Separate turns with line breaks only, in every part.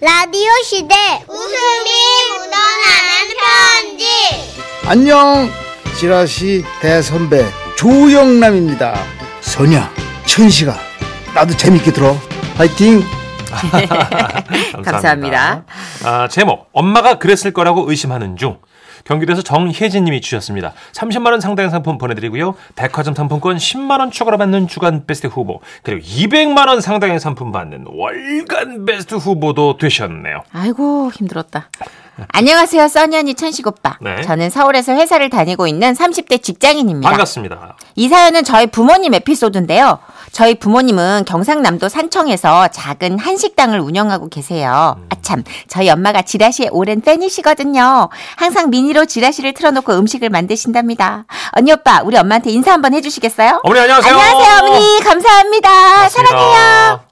라디오 시대 웃음이 묻어나는 편지
안녕 지라시 대선배 조영남입니다 선야 천식아 나도 재밌게 들어 파이팅
감사합니다.
아, 제목 엄마가 그랬을 거라고 의심하는 중 경기도에서 정혜진님이 주셨습니다. 30만 원 상당의 상품 보내드리고요. 백화점 상품권 10만 원 추가로 받는 주간 베스트 후보 그리고 200만 원 상당의 상품 받는 월간 베스트 후보도 되셨네요.
아이고 힘들었다. 안녕하세요, 써니언니 천식 오빠.
네.
저는 서울에서 회사를 다니고 있는 30대 직장인입니다.
반갑습니다.
이 사연은 저희 부모님 에피소드인데요. 저희 부모님은 경상남도 산청에서 작은 한식당을 운영하고 계세요.
음.
아참, 저희 엄마가 지라시의 오랜 팬이시거든요. 항상 미니로 지라시를 틀어놓고 음식을 만드신답니다. 언니 오빠, 우리 엄마한테 인사 한번 해주시겠어요?
어머니 안녕하세요.
안녕하세요, 어머니. 감사합니다.
반갑습니다.
사랑해요.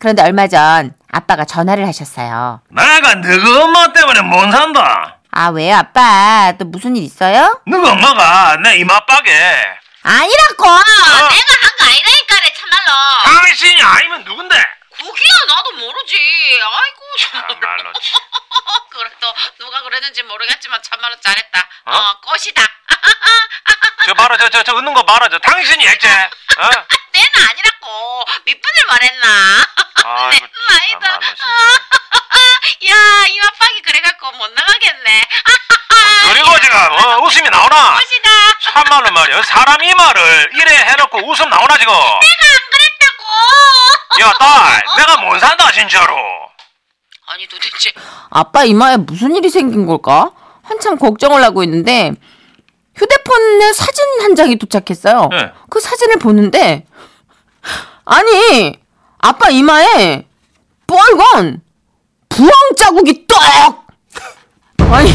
그런데 얼마 전 아빠가 전화를 하셨어요.
내가 너그 엄마 때문에 못 산다.
아, 왜요, 아빠? 또 무슨 일 있어요?
너그 엄마가 내 이마빡에
아니라고!
어, 내가 한 거 아니라니까 내 참말로
당신이 아니면 누군데?
그기야 나도 모르지 아이고 참말로
참말로 치.
그래도 누가 그랬는지 모르겠지만 참말로 잘했다
어?
어, 꽃이다
저 봐라 저 저 저 웃는 거 봐라 저 당신이 액체. 어?
내는 아니라고 밑분을 말했나
아이고
나이다.
참말로
야
진짜.
이마빵이 그래갖고 못 나가겠네 아,
그리고 지금 어, 웃음이 나오나?
꽃이다
참말로 말이야 사람 이마를 이래 해놓고 웃음 나오나 지금?
안 그랬다고
야 딸 내가 못 산다 진짜로.
아니 도대체
아빠 이마에 무슨 일이 생긴 걸까? 한참 걱정을 하고 있는데 휴대폰에 사진 한 장이 도착했어요.
네.
그 사진을 보는데 아니 아빠 이마에 빨간 부엉 자국이 떡. 아니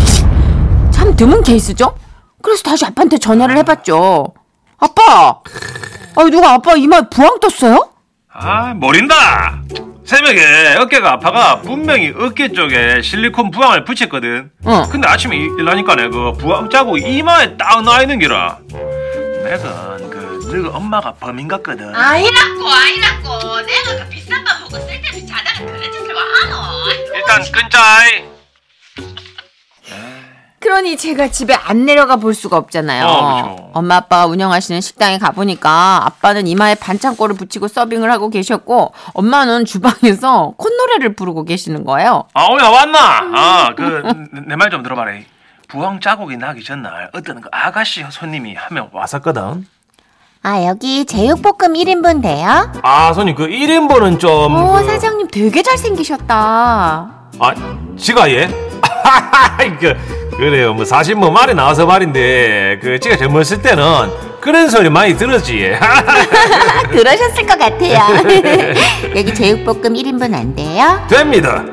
참 드문 케이스죠? 그래서 다시 아빠한테 전화를 해봤죠. 아빠, 아 누가 아빠 이마에 부엉 떴어요?
아 모른다 새벽에 어깨가 아파가 분명히 어깨 쪽에 실리콘 부항을 붙였거든
어.
근데 아침에 일- 일하니까네 그 부항 자국 이마에 딱 나있는 기라 내가 그 너가 엄마가 범인 같거든
아니라고 아니라고 내가 그 비싼 밥 먹고 쓸데없이 자다가 그런 짓을 뭐 와노
일단 끊자이
그러니 제가 집에 안 내려가 볼 수가 없잖아요.
아, 그렇죠.
엄마 아빠가 운영하시는 식당에 가보니까 아빠는 이마에 반창고를 붙이고 서빙을 하고 계셨고 엄마는 주방에서 콧노래를 부르고 계시는 거예요.
아 오늘 왔나 아그 내 말 좀 들어봐라 부항 자국이 나기 전날 어떤 그 아가씨 손님이 한 명 와서
아삭거든.
아 여기 제육볶음 1인분 돼요?
아 손님 그 1인분은 좀.
오
네.
그-
사장님 되게 잘생기셨다.
아 지가 예? 그, 그래요 뭐 사실 뭐 말이 나와서 말인데 그 지가 젊었을 때는 그런 소리 많이 들었지.
아, 그러셨을 것 같아요. 여기 제육볶음 1인분 안 돼요?
됩니다.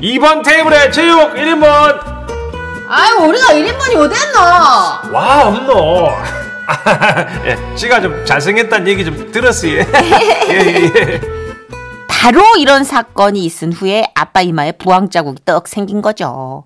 2번 테이블에 체육 1인분.
아유 우리가 1인분이 어딨노?
와, 없노. 예, 지가 좀 잘생겼다는 얘기 좀 들었어요. 예, 예.
바로 이런 사건이 있은 후에 아빠 이마에 부항 자국이 떡 생긴 거죠.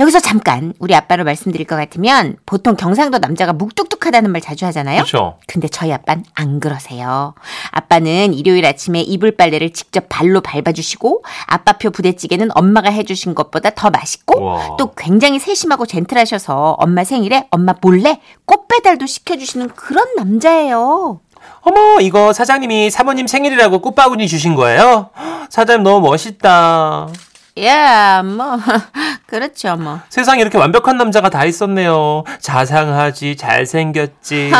여기서 잠깐 우리 아빠로 말씀드릴 것 같으면 보통 경상도 남자가 묵뚝뚝하다는 말 자주 하잖아요.
그쵸.
근데 저희 아빠는 안 그러세요. 아빠는 일요일 아침에 이불 빨래를 직접 발로 밟아주시고 아빠표 부대찌개는 엄마가 해주신 것보다 더 맛있고
우와.
또 굉장히 세심하고 젠틀하셔서 엄마 생일에 엄마 몰래 꽃배달도 시켜주시는 그런 남자예요.
어머, 이거 사장님이 사모님 생일이라고 꽃바구니 주신 거예요? 사장님 너무 멋있다.
예, 뭐 그렇죠 뭐.
세상에 이렇게 완벽한 남자가 다 있었네요. 자상하지, 잘생겼지.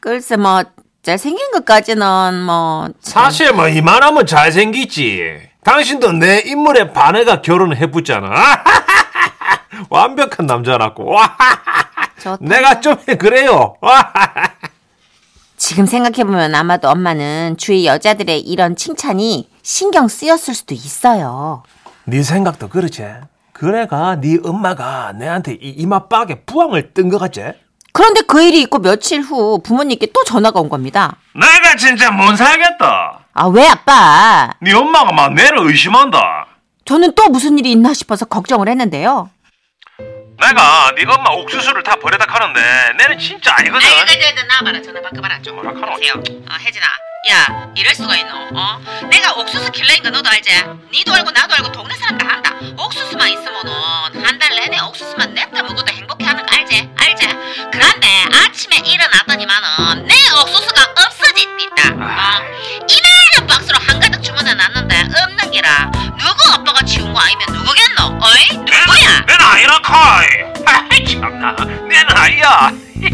글쎄 뭐 잘생긴 것까지는 뭐
사실 뭐 이만하면 잘생기지. 당신도 내 인물에 반해가 결혼을 해붙잖아. 완벽한 남자라고.
저,
내가 좀 그래요.
지금 생각해보면 아마도 엄마는 주위 여자들의 이런 칭찬이 신경 쓰였을 수도 있어요.
네 생각도 그렇지. 그래가 네 엄마가 내한테 이 이마 빡에 부항을 뜬 거 같지?
그런데 그 일이 있고 며칠 후 부모님께 또 전화가 온 겁니다.
내가 진짜 못 살겠다
아 왜 아빠?
네 엄마가 막 나를 의심한다
저는 또 무슨 일이 있나 싶어서 걱정을 했는데요.
내가 네 엄마 옥수수를 다 버려다 카는데 내는 진짜 아니거든
아이 그저 나와봐라 전화 바꿔봐라 좀
뭐라 카노?
여보세요 어, 혜진아 야 이럴 수가 있노 어? 내가 옥수수 길러인 거 너도 알지? 니도 알고 나도 알고 동네 사람 다 안다 옥수수만 있으면은 한 달 내내 옥수수만 냅다 먹어도 행복해하는 거 알지? 알지? 그런데 아침에 일어났더니만은 내 옥수수가 없어졌다 어? 이만한 박스로 한가득 주문해 놨는데 없는 기라 누구 아빠가 지운 거 아니면 누구겠노? 어이? 누구야?
내 나이라 카이. 아이 참나 내 나이야. 그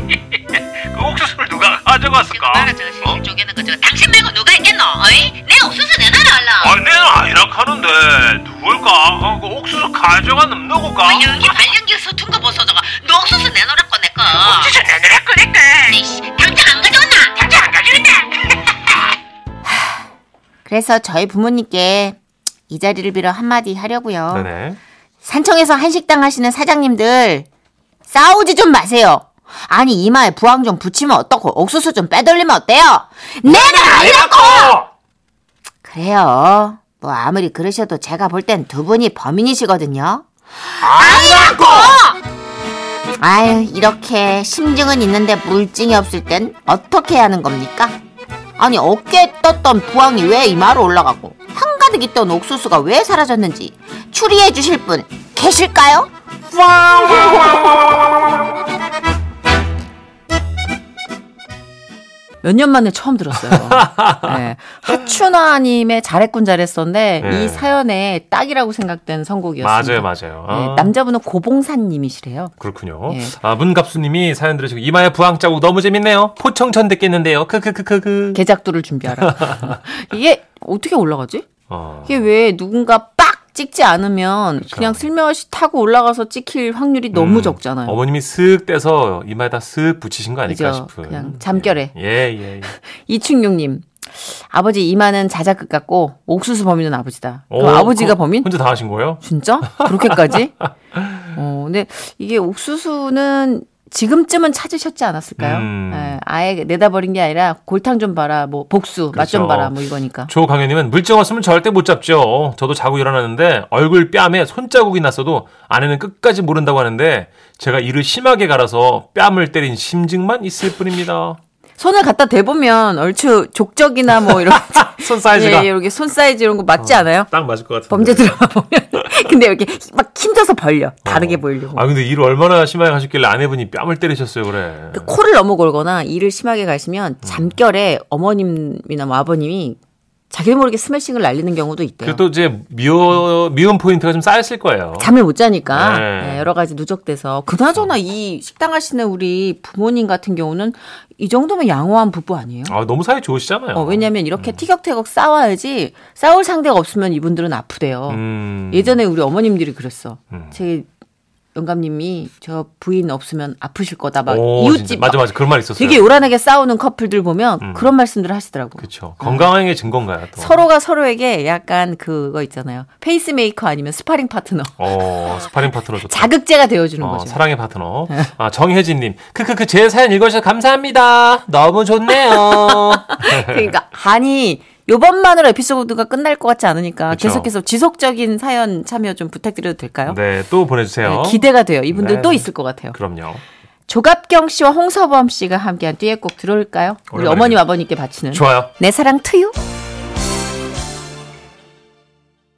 옥수수를 누가
지금
가져갔을까?
말아 저거
어?
시조개는거 저거 당신 말고 누가 있겠노? 어이? 내 옥수수 내놔라 얼른
아내 나이라 카는데 누굴까? 어, 그 옥수수 가져간 놈 누구까?
아, 연기 발연기 서툰 거 보소 저거 녹수수 내놓으라고 내꺼
옥수수 내놔라 그랬까?
에이씨 당장 안 가져왔나? 당장 안 가져왔나?
그래서 저희 부모님께 이 자리를 빌어 한마디 하려고요.
네네.
산청에서 한식당 하시는 사장님들 싸우지 좀 마세요. 아니 이마에 부항 좀 붙이면 어떻고 옥수수 좀 빼돌리면 어때요? 내가 아니라고! 그래요. 뭐 아무리 그러셔도 제가 볼 땐 두 분이 범인이시거든요. 아니라고! 아유 이렇게 심증은 있는데 물증이 없을 땐 어떻게 하는 겁니까? 아니 어깨에 떴던 부항이 왜 이마로 올라가고 한가득 있던 옥수수가 왜 사라졌는지 추리해 주실 분 계실까요?
몇 년 만에 처음 들었어요. 네. 하춘화님의 잘했군 잘했었는데
네.
이 사연에 딱이라고 생각된
맞아요,
선곡이었습니다.
맞아요.
네,
아,
남자분은 고봉산님이시래요.
그렇군요.
예.
아, 문갑수님이 사연 들으시고 이마에 부항 자국 너무 재밌네요. 포청천 듣겠는데요. 크크크크크.
개작두를 준비하라. 이게 어떻게 올라가지?
어.
이게 왜 누군가 빡 찍지 않으면 그냥 슬며시 타고 올라가서 찍힐 확률이 너무
음,
적잖아요.
어머님이 쓱 떼서 이마에다 쓱 붙이신 거 아닐까
그죠.
싶은.
그냥 잠결에.
예, 예. 예.
이충용님 아버지 이마는 자작극 같고 옥수수 범인은 아버지다. 그럼
오,
아버지가
어, 그거
범인?
혼자 다 하신 거예요?
진짜? 그렇게까지? 어, 근데 이게 옥수수는 지금쯤은 찾으셨지 않았을까요?
음.
예, 아예 내다버린 게 아니라 골탕 좀 봐라, 뭐 복수 맛
그렇죠.
좀 봐라, 뭐 이거니까.
조강현님은 물증 없으면 절대 못 잡죠. 저도 자고 일어났는데 얼굴 뺨에 손자국이 났어도 아내는 끝까지 모른다고 하는데 제가 이를 심하게 갈아서 뺨을 때린 심증만 있을 뿐입니다.
손을 갖다 대보면 얼추 족적이나 뭐 이런
손 사이즈가
예, 이렇게 손 사이즈 이런 거 맞지 않아요?
딱 맞을 것 같은데.
범죄 드라마 보면 근데 이렇게 막 힘줘서 벌려 다르게
어.
보이려고.
아 근데 일을 얼마나 심하게 하셨길래 아내분이 뺨을 때리셨어요, 그래.
그 코를 넘어 골거나 이를 심하게 가시면 잠결에 어머님이나 뭐 아버님이 자기 모르게 스매싱을 날리는 경우도 있대요.
그리고 또 이제 미워 미운 포인트가 좀 쌓였을 거예요.
잠을 못 자니까
네. 어.
네, 여러 가지 누적돼서 그나저나 이 식당 하시는 우리 부모님 같은 경우는 이 정도면 양호한 부부 아니에요?
아 너무 사이 좋으시잖아요.
어, 왜냐하면
음.
이렇게 티격태격 싸워야지 싸울 상대가 없으면 이분들은 아프대요.
음.
예전에 우리 어머님들이 그랬어.
음.
제 영감님이 저 부인 없으면 아프실 거다 막
오, 진짜.
이웃집 막
맞아 맞아 그런 말 있었어요.
되게 요란하게 싸우는 커플들 보면
음.
그런 말씀들을 하시더라고.
그렇죠. 건강하게 증거인가요? 또.
서로가 서로에게 약간 그거 있잖아요. 페이스메이커 아니면 스파링 파트너.
어 스파링 파트너 좋다.
자극제가 되어주는
어,
거죠. 네.
사랑의 파트너. 아, 정혜진님. 크크크, 제 사연 읽어주셔서 감사합니다. 너무 좋네요.
그러니까 아니 요번만으로 에피소드가 끝날 것 같지 않으니까
그쵸.
계속해서 지속적인 사연 참여 좀 부탁드려도 될까요?
네, 또 보내주세요.
네, 기대가 돼요. 이분들
네.
또 있을 것 같아요.
그럼요.
조갑경 씨와 홍서범 씨가 함께한 듀엣곡 들어올까요? 우리
오랜만이죠.
어머님 아버님께 바치는
좋아요.
내 사랑 투유.